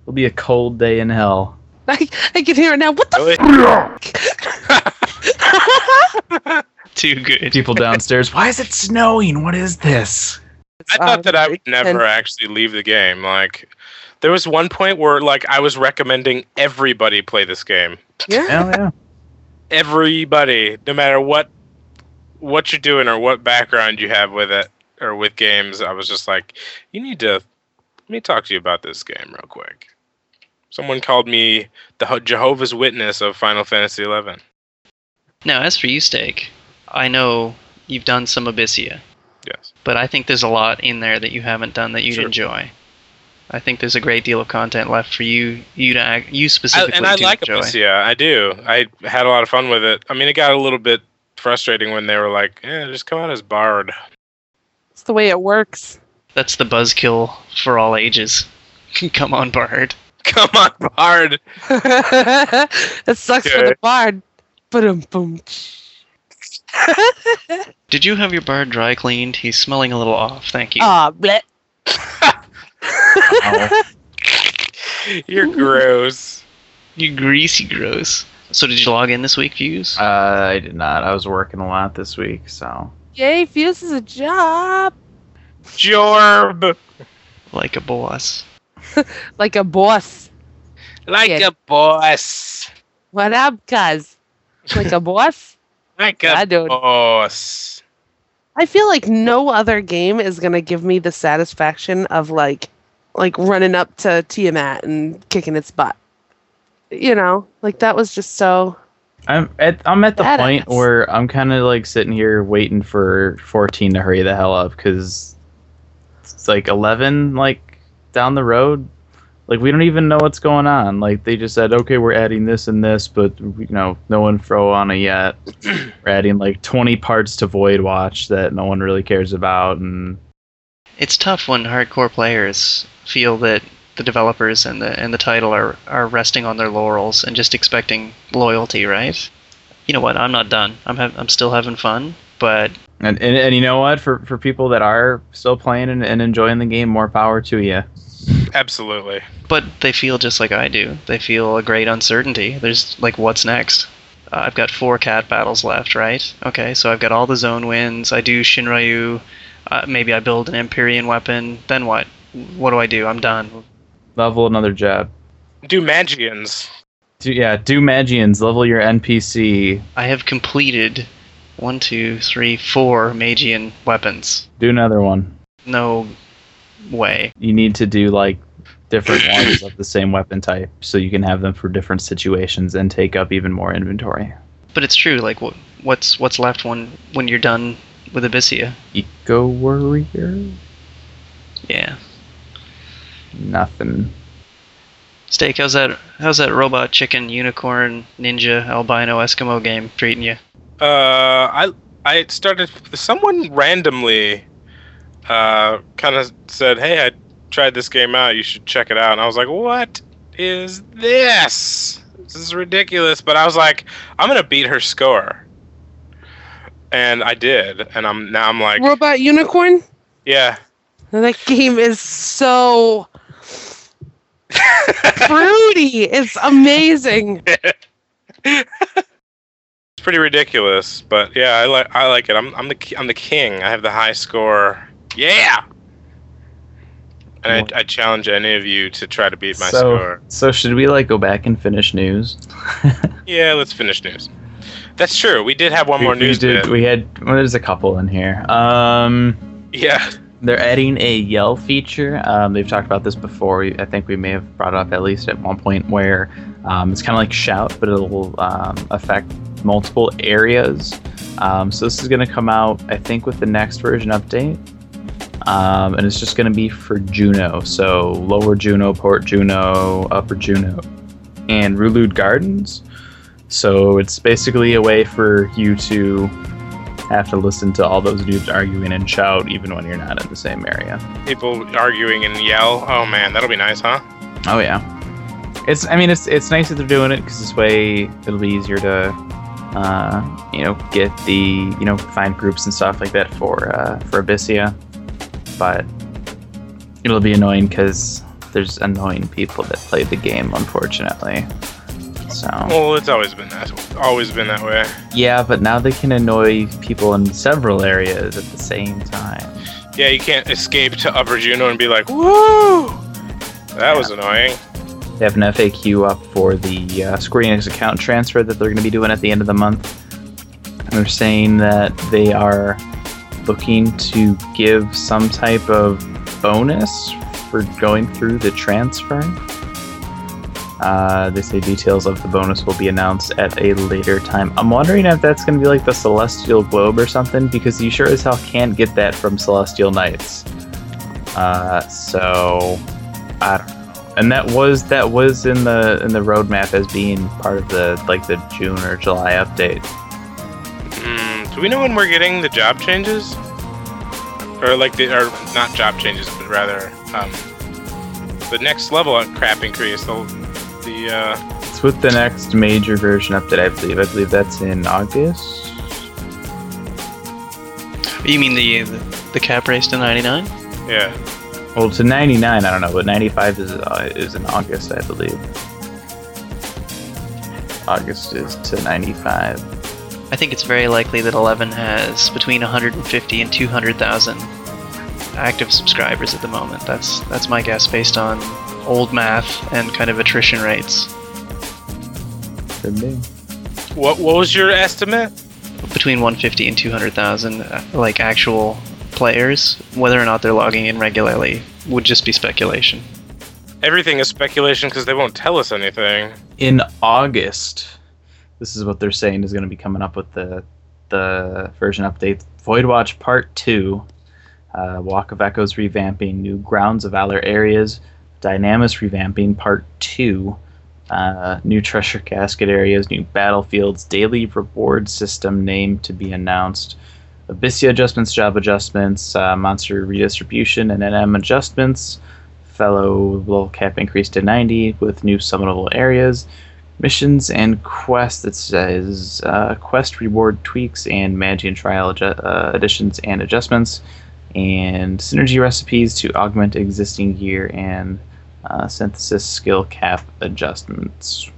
It'll be a cold day in hell.
I, I can hear it now. What the
Really?
f-
Too good.
People downstairs, why is it snowing? What is this?
I thought that I
Um,
would never
and-
actually leave the game. Like, there was one point where like I was recommending everybody play this game.
Yeah.
Hell Oh, yeah.
Everybody, no matter what what you're doing or what background you have with it or with games, I was just like, you need to let me talk to you about this game real quick. Someone called me the Ho- Jehovah's Witness of Final Fantasy Eleven.
Now, as for you, Steak, I know you've done some Abyssia.
Yes.
but I think there's a lot in there that you haven't done that you'd
Sure.
enjoy. I think there's a great deal of content left for you, you to act, you
I,
specifically
and I
to
like
enjoy.
Abyssia. I do. I had a lot of fun with it. I mean, it got a little bit frustrating when they were like, "Yeah, just come out as Bard."
It's the way it works.
That's the buzzkill for all ages. Come on, Bard.
Come on, Bard.
it sucks for
Okay.
the bard. Boom, boom.
Did you have your Bard dry cleaned? He's smelling a little off. Thank you.
Ah, bleh.
Wow.
You're gross.
you greasy gross. So did you log in this week, Views?
Uh, I did not. I was working a lot this week, so.
Yay, Fuse is a job.
Jorb.
like a boss.
Like a boss.
Like
Yeah.
a boss.
What up, cuz? Like a boss?
Like
I
a
don't.
boss.
I feel like no other game is gonna give me the satisfaction of like, like running up to Tiamat and kicking its butt. You know, like that was just so.
I'm at I'm at the
Badass.
point where I'm kind of like sitting here waiting for 14 to hurry the hell up because it's like 11 like down the road. Like we don't even know what's going on. Like they just said, okay, we're adding this and this, but you know, no info on it yet. we're adding like 20 parts to Void Watch that no one really cares about, and
It's tough when hardcore players feel that the developers and the and the title are, are resting on their laurels and just expecting loyalty, right? You know what? I'm not done. I'm hav- I'm still having fun. But
And, and and you know what? For for people that are still playing and, and enjoying the game, more power to you.
Absolutely.
but they feel just like I do. They feel a great uncertainty. There's like, what's next? Uh, I've got four cat battles left, right? Okay, so I've got all the zone wins. I do Shinryu. Uh, maybe I build an Empyrean weapon. Then what? What do I do? I'm done.
Level another job.
Do Magians.
Do, yeah, do Magians level your NPC.
I have completed one, two, three, four Magian weapons.
Do another one.
No way.
You need to do like different ones of the same weapon type, so you can have them for different situations and take up even more inventory.
But it's true. Like, what, what's what's left when when you're done with Abyssia?
Eco warrior.
Yeah.
Nothing.
Steak. How's that? How's that robot chicken unicorn ninja albino Eskimo game treating you?
Uh, I I started. Someone randomly, uh, kind of said, "Hey, I tried this game out. You should check it out." And I was like, "What is this? This is ridiculous." But I was like, "I'm gonna beat her score," and I did. And I'm now I'm like,
Robot Unicorn?
"Yeah."
That game is so fruity. It's amazing.
It's pretty ridiculous, but yeah, I like I like it. I'm I'm the ki- I'm the king. I have the high score. Yeah. And I, I challenge any of you to try to beat my
so
score.
so should we like go back and finish news?
Yeah, let's finish news. That's true. We did have one more
we,
news
We, did,
bit.
we had well, there's a couple in here. Um.
Yeah.
They're adding a yell feature. Um, they've talked about this before. We- I think we may have brought it up at least at one point where um, it's kind of like shout, but it'll um, affect multiple areas. Um, so this is going to come out, I think, with the next version update, um, and it's just going to be for Juno. So lower Juno, Port Juno, Upper Juno, and Rulude Gardens. So it's basically a way for you to have to listen to all those dudes arguing and shout even when you're not in the same area.
People arguing and yell. Oh man, that'll be nice, huh?
Oh yeah. It's I mean it's it's nice that they're doing it because this way it'll be easier to uh, you know get the you know find groups and stuff like that for uh, for Abyssia, but it'll be annoying because there's annoying people that play the game unfortunately. So
Well, it's always been that. Always been that way.
yeah, but now they can annoy people in several areas at the same time.
Yeah, you can't escape to Upper Juno and be like, "Woo!" That was annoying.
They have an FAQ up for the uh, Square Enix account transfer that they're going to be doing at the end of the month. And they're saying that they are looking to give some type of bonus for going through the transfer. Uh, they say details of the bonus will be announced at a later time. I'm wondering if that's going to be like the Celestial Globe or something, because you sure as hell can't get that from Celestial Knights. Uh, so, I don't know. And that was that was in the in the roadmap as being part of the like the June or July update.
Mm, do we know when we're getting the job changes? Or like the or not job changes, but rather um, the next level of crap increase. The the uh,
It's with the next major version update, I believe. I believe that's in August.
You mean the the cap race to 99?
yeah.
Well, to 99, I don't know, but 95 is uh, is in August, I believe. August is to 95.
I think it's very likely that 11 has between 150 and 200,000 active subscribers at the moment. That's that's my guess based on old math and kind of attrition rates.
Could be.
What what was your estimate?
Between 150 and 200,000 uh, like actual players, whether or not they're logging in regularly would just be speculation.
Everything is speculation because they won't tell us anything.
in August, this is what they're saying is going to be coming up with the the version update. Voidwatch Part Two, uh, Walk of Echoes revamping, new Grounds of Valor areas, Dynamis revamping Part Two, uh, new Treasure Casket areas, new battlefields, daily reward system name to be announced. Abyssia adjustments, job adjustments, uh, monster redistribution, and NM adjustments fellow level cap increased to 90 with new summonable areas, missions and quests that says uh, quest reward tweaks and Magian trial adju- uh, additions and adjustments and synergy recipes to augment existing gear and uh, synthesis skill cap adjustments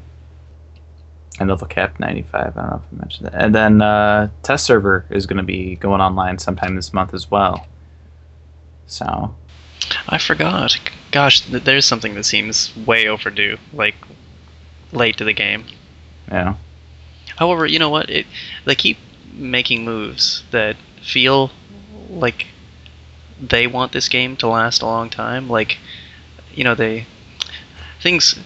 and level cap 95 i don't know if i mentioned that and then uh, test server is going to be going online sometime this month as well so
I forgot. Gosh, th- there's something that seems way overdue, like late to the game.
yeah
However, you know what? It they keep making moves that feel like they want this game to last a long time. Like, you know, they things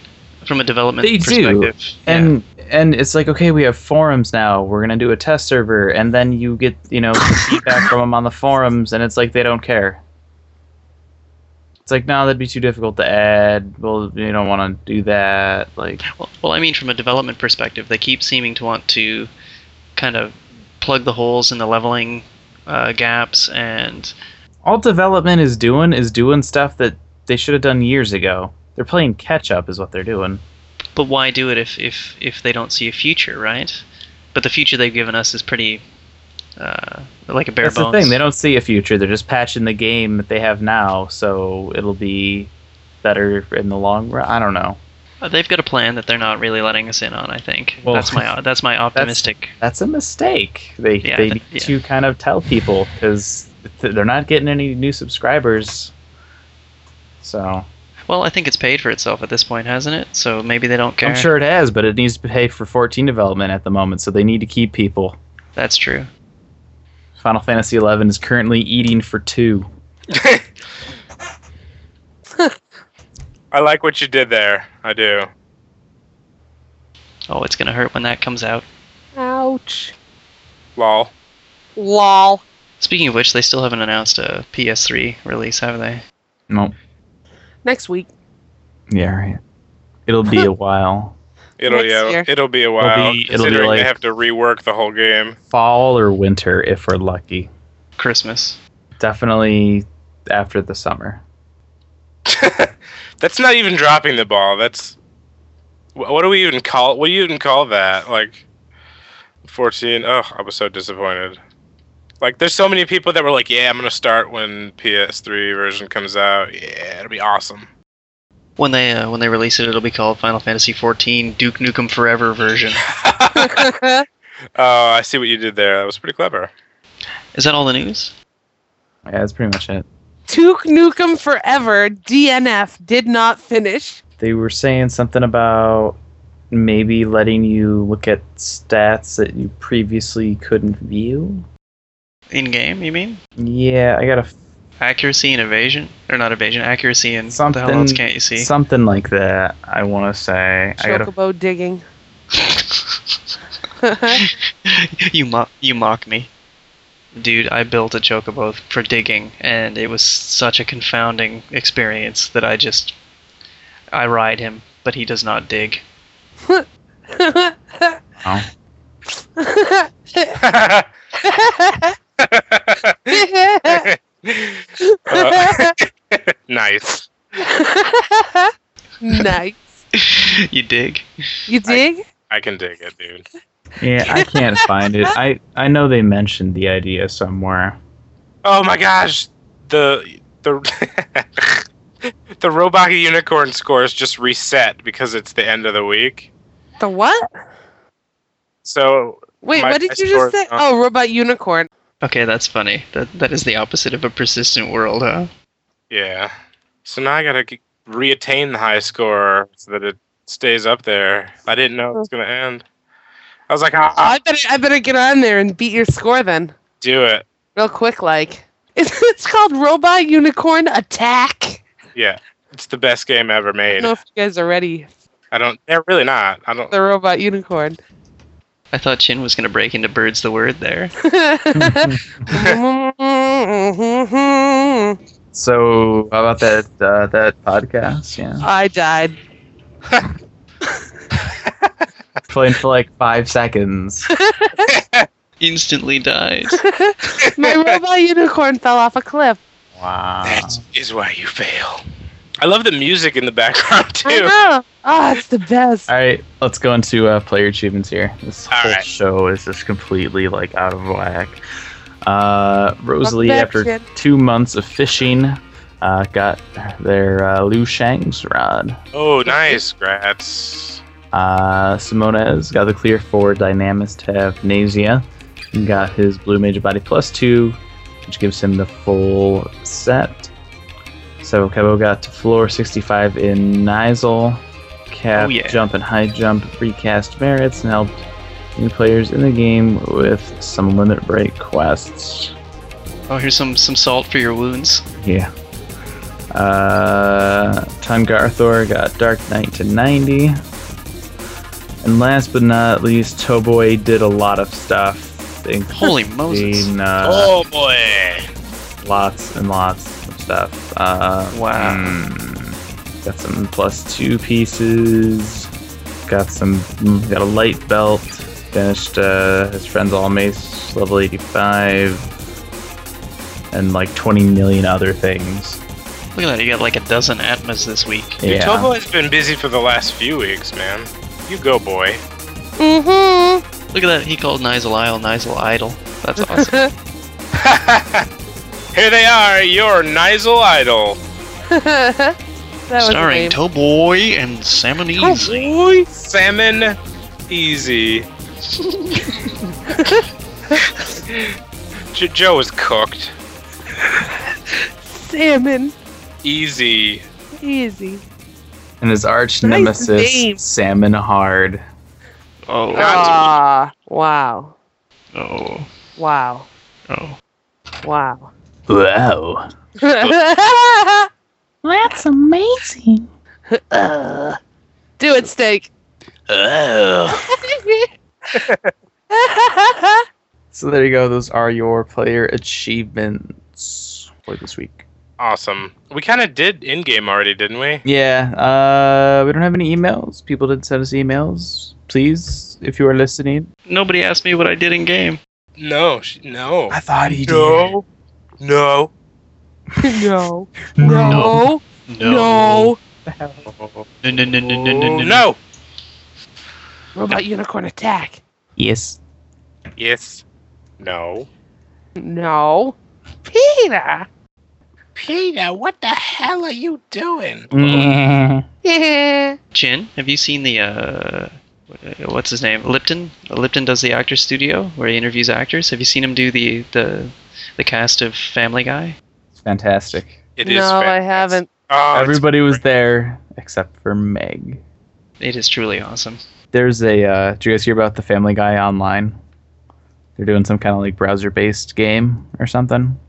from a development
They do,
perspective. yeah.
and and it's like okay we have forums now we're gonna do a test server and then you get you know feedback from them on the forums and it's like they don't care it's like no that'd be too difficult to add well you don't want to do that like
Well, well, I mean, from a development perspective, they keep seeming to want to kind of plug the holes in the leveling uh, gaps and
all development is doing is doing stuff that they should have done years ago they're playing catch up is what they're doing
but why do it if if if they don't see a future, right? But the future they've given us is pretty uh, like a bare
that's
bones.
the thing they don't see a future they're just patching the game that they have now so it'll be better in the long run i don't know
Uh, They've got a plan that they're not really letting us in on. I think
Well,
that's my uh, that's my optimistic.
that's a mistake. They
Yeah,
they
that-
need to kind of tell people because th- they're not getting any new subscribers. So
Well, I think it's paid for itself at this point, hasn't it? So maybe they don't care.
I'm sure it has, but it needs to pay for 14 development at the moment, so they need to keep people.
that's true.
Final Fantasy 11 is currently eating for two.
I like what you did there. I do.
Oh, it's gonna hurt when that comes out.
Ouch.
Lol.
Lol.
Speaking of which, they still haven't announced a PS3 release, have they?
Nope.
Next week.
Yeah, right. It'll be a while.
It'll
Next
yeah,
year.
it'll be a while.
be- it'll be
considering
like-
they have to rework the whole game.
Fall or winter, if we're lucky.
Christmas.
Definitely after the summer.
That's not even dropping the ball. That's wh- what do we even call? What do you even call that? Like fourteen? Oh, I was so disappointed. Like, there's so many people that were like, "Yeah, I'm gonna start when PS3 version comes out. Yeah, it'll be awesome."
When they uh, when they release it, it'll be called Final Fantasy 14 Duke Nukem Forever version.
oh, I see what you did there. That was pretty clever.
Is that all the news?
Yeah, that's pretty much it.
Duke Nukem Forever DNF did not finish.
they were saying something about maybe letting you look at stats that you previously couldn't view.
In game, you mean?
Yeah, I got a f-
Accuracy and evasion, or not evasion? Accuracy and what the
Something-
hell else can't you see?
something like that. I want to say I got a,
Chocobo digging.
you mock you mock me. Dude, I built a chocobo for digging and it was such a confounding experience that I just I ride him, but he does not dig.
oh,
Uh, nice.
nice.
you dig?
You dig?
I can dig it, dude.
yeah, I can't find it. I I know they mentioned the idea somewhere.
Oh my gosh, the the the robot unicorn scores just reset because it's the end of the week.
the what?
So
Wait,
My
what did
best
you just
sword-
say?
uh,
oh, robot unicorn.
Okay, that's funny. That that is the opposite of a persistent world, huh?
yeah, so now I gotta g- reattain the high score so that it stays up there. I didn't know it was gonna end. I was like, ah,
I better, I better get on there and beat your score then,
do it.
real quick. Like, it's, it's called Robot Unicorn Attack.
Yeah, it's the best game ever
I don't
made.
know if you guys are ready.
I don't. They're really not. I don't.
The Robot Unicorn.
I thought Chin was gonna break into Birds the Word there.
I
So how about that uh, that podcast? Yeah,
died.
playing for like five seconds.
Instantly died.
My robot unicorn fell off a cliff.
Wow.
is why you fail. I love the music in the background
I
too.
know. Ah, it's the best.
All right, let's go into uh, player achievements here. This
All
whole
right.
show is just completely like out of whack. Uh, Rosalie,
back,
after
kid.
two months of fishing, uh, got their uh, Liu Shang's rod.
Oh, nice, Grats.
Uh, Simones got the clear for Dynamis to have Nasia. and Got his Blue Mage Body plus two, which gives him the full set. So Cabo got to floor 65 in Nizel. Cap
Oh, yeah.
jump and high jump recast merits and helped new players in the game with some limit break quests.
Oh, here's some some salt for your wounds.
Yeah. Uh, Tom Garthor got Dark Knight to 90. And last but not least, Toboy did a lot of stuff.
Holy Moses.
including, Uh,
oh boy.
Lots and lots of stuff. Uh,
Wow.
mm, got some plus two pieces. Got some. Got a light belt. Finished uh, his friends all mace level 85. And like 20 million other things.
Look at that, you got like a dozen Atmas this week.
Dude, Tobo has been busy for the last few weeks, man. You go, boy.
Mm-hmm.
Look at that, he called Nizel Isle Nizel Idol. That's awesome.
Here they are, your Nizel idol.
that was Oh,
Starring
lame.
Toboy and Salmonese.
boy. Salmon easy. J- Joe is cooked.
salmon.
Easy.
Easy.
and his arch
Nice
nemesis
name.
Salmon Hard.
Oh,
Ah, wow,
oh,
wow,
oh.
wow.
Wow.
That's amazing. do it, steak.
Oh. So there you go. Those are your player achievements for this week.
Awesome. We kind of did in game already, didn't we?
Yeah. Uh, we don't have any emails. People didn't send us emails. Please, if you are listening,
Nobody asked me what I did in game.
No, sh- no.
I thought he did.
No. No.
no.
No.
No.
No, no,
No.
no, no, no, no, no.
No.
Robot unicorn attack.
Yes.
Yes. No.
No. Peter.
Peter, what the hell are you doing?
Yeah.
Chin, have you seen the uh, what- what's his name? Lipton. Lipton does the Actors Studio where he interviews actors. Have you seen him do the the the cast of Family Guy?
It's fantastic.
It
no,
is
I
fantastic.
haven't.
Oh, it's-
Everybody was there except for Meg.
It is truly awesome.
There's a. Uh, did you guys hear about the Family Guy online? They're doing some kind of like browser-based game or something.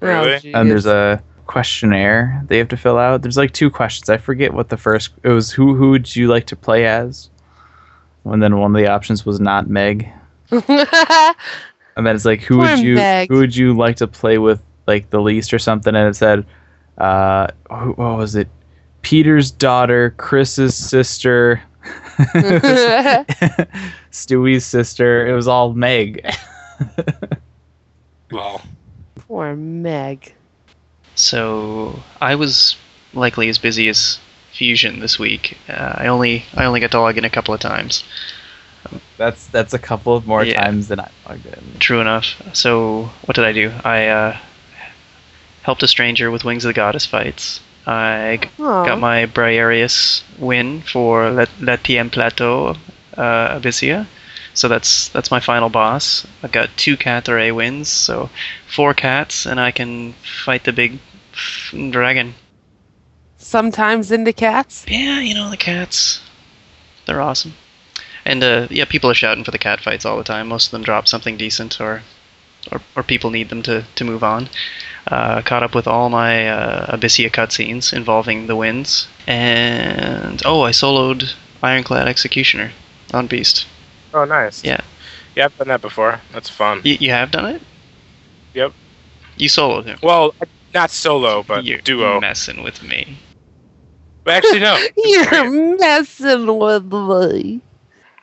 Really?
Oh,
And
geez.
there's a questionnaire they have to fill out. There's like two questions. I forget what the first. It was who who would you like to play as? And then one of the options was not Meg. And then it's like who
Poor
would you
Meg.
who would you like to play with like the least or something? And it said, uh, who, what was it? Peter's daughter, Chris's sister. Stewie's sister. It was all Meg.
Well,
Poor Meg.
So I was likely as busy as Fusion this week. Uh, I only I only got to log in a couple of times.
That's that's a couple of more
Yeah.
times than I logged in.
True enough. So what did I do? I uh, helped a stranger with Wings of the Goddess fights. I
Oh.
Got my Briarius win for La, La TM Plateau uh, Abyssia. So that's that's my final boss. I've got two cat array wins, so four cats, and I can fight the big f- dragon.
Sometimes into cats.
Yeah, you know the cats, they're awesome. And uh, yeah, people are shouting for the cat fights all the time. Most of them drop something decent, or or, or people need them to to move on. Uh, caught up with all my uh, Abyssia cutscenes involving the winds, and oh, I soloed Ironclad Executioner on Beast.
oh, nice.
Yeah.
Yeah, I've done that before. That's fun.
Y- you have done it.
Yep.
You soloed him.
Well, not solo, but
You're
duo.
messing with me.
But actually, no.
You're messing with me.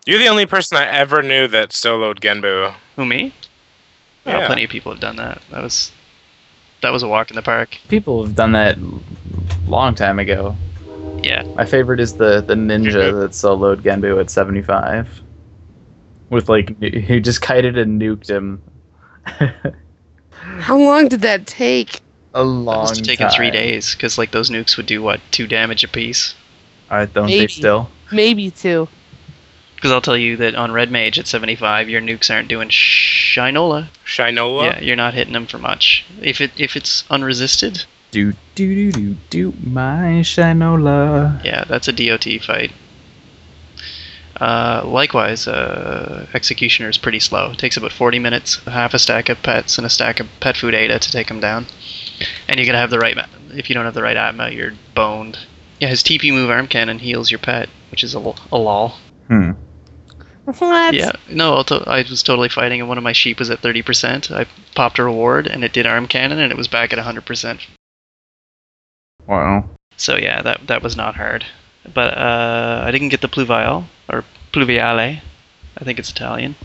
You're the only person I ever knew that soloed Genbu.
Who me? Oh,
Yeah.
plenty of people have done that. That was that was a walk in the park.
People have done that long time ago.
Yeah. Mm-hmm.
My favorite is the the ninja
Mhm.
that soloed Genbu at 75. With like nu- he just kited and nuked him.
How long did that take?
a long
must have taken three
time.
days because like those nukes would do what two damage apiece.
I don't they
Maybe.
still.
Maybe two.
Because I'll tell you that on Red Mage at 75, your nukes aren't doing shinola.
Shinola.
Yeah, you're not hitting them for much. If it if it's unresisted,
Do do do do do my Shinola.
yeah, that's a DOT fight. Uh, likewise, uh, Executioner is pretty slow. It takes about 40 minutes, half a stack of pets, and a stack of pet food Ada to take him down. And you gotta have the right. ma- If you don't have the right atma, you're boned. Yeah, his TP move arm cannon heals your pet, which is a, l- a lol.
Hmm.
What?
Yeah, no, I'll to- I was totally fighting, and one of my sheep was at 30%. I popped a reward, and it did arm cannon, and it was back at 100%.
Wow.
So yeah, that that was not hard. But uh, I didn't get the pluvial or pluviale. I think it's Italian.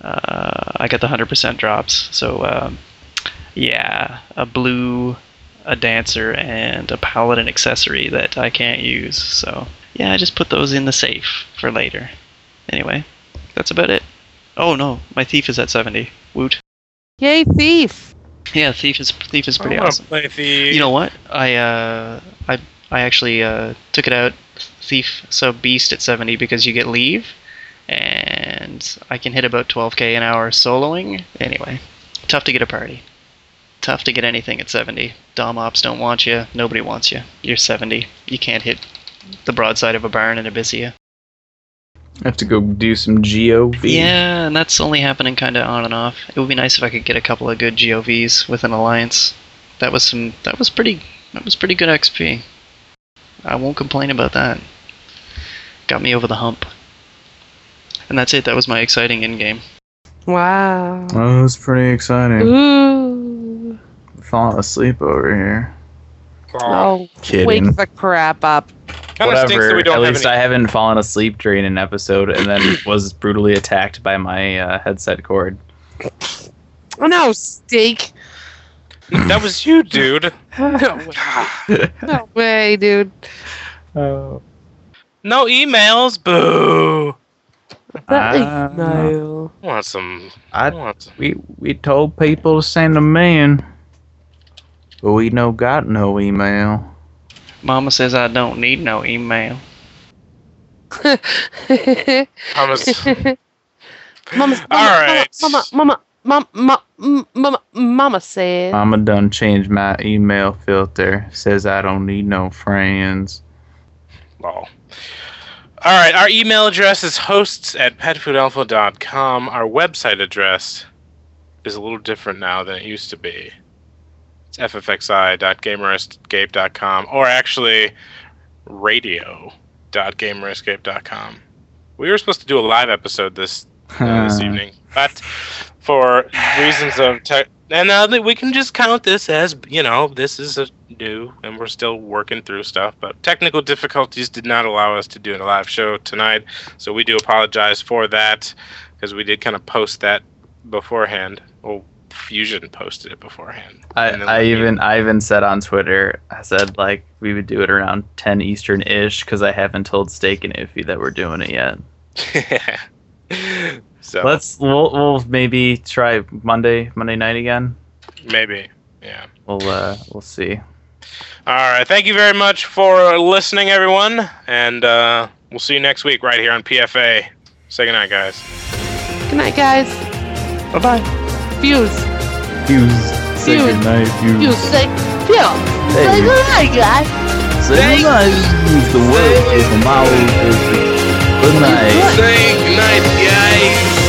Uh, I got the 100% drops. So um, yeah, a blue, a dancer, and a paladin accessory that I can't use. So yeah, I just put those in the safe for later. Anyway, that's about it. Oh no, my thief is at 70. Woot.
Yay, thief!
Yeah, thief is thief is pretty
I wanna
awesome.
Play the
You know what? I uh, I I actually uh, took it out thief so beast at 70 because you get leave, and I can hit about 12k an hour soloing. Anyway, tough to get a party. Tough to get anything at 70. Dom ops don't want you. Nobody wants you. You're 70. You can't hit the broadside of a barn in Abyssia.
I have to go do some GOV.
Yeah, and that's only happening kind of on and off. It would be nice if I could get a couple of good govs with an alliance. That was some. That was pretty. That was pretty good XP. I won't complain about that. Got me over the hump. And that's it. That was my exciting in game.
Wow.
Oh, that was pretty exciting.
Ooh.
Falling asleep over here.
claw.
Oh,
Kidding.
wake the crap up.
Kind of stinks that we don't
At
have
least
any.
I haven't fallen asleep during an episode and then was brutally attacked by my uh, headset cord.
Oh no, steak.
That was you, dude.
No way, no way dude.
Oh.
no emails. Boo.
Ah.
no.
I want some? I
I
want some.
we we told people to send them in, but we no got no email.
Mama says I don't need no email.
Thomas.
mama, mama,
All right.
Mama, mama, mama, mama, mama, mama, mama said.
Mama done changed my email filter. Says I don't need no friends.
Lol. All right, our email address is hosts at petfoodalpha.com. Our website address is a little different now than it used to be. It's ffxi.gamerescape.com or actually radio.gamerescape.com. We were supposed to do a live episode this uh, this evening. But for reasons of tech, and uh, th- we can just count this as you know this is a new, and we're still working through stuff. But technical difficulties did not allow us to do a live show tonight, so we do apologize for that because we did kind of post that beforehand. Well, Fusion posted it beforehand.
I,
And then
I
we-
even I even said on Twitter I said like we would do it around ten Eastern ish because I haven't told Steak and Iffy that we're doing it yet.
so
Let's we'll, we'll maybe try Monday Monday night again.
maybe, yeah.
We'll uh we'll see.
All right. Thank you very much for listening, everyone. And uh, we'll see you next week right here on PFA. Say goodnight, guys.
Good night, guys.
Bye bye.
Fuse.
Fuse.
Say Fuse. Fuse. Say, fuse. Say good night, guys.
Say goodnight. Use the word. Use the mouth. Good night.
Say goodnight, guys.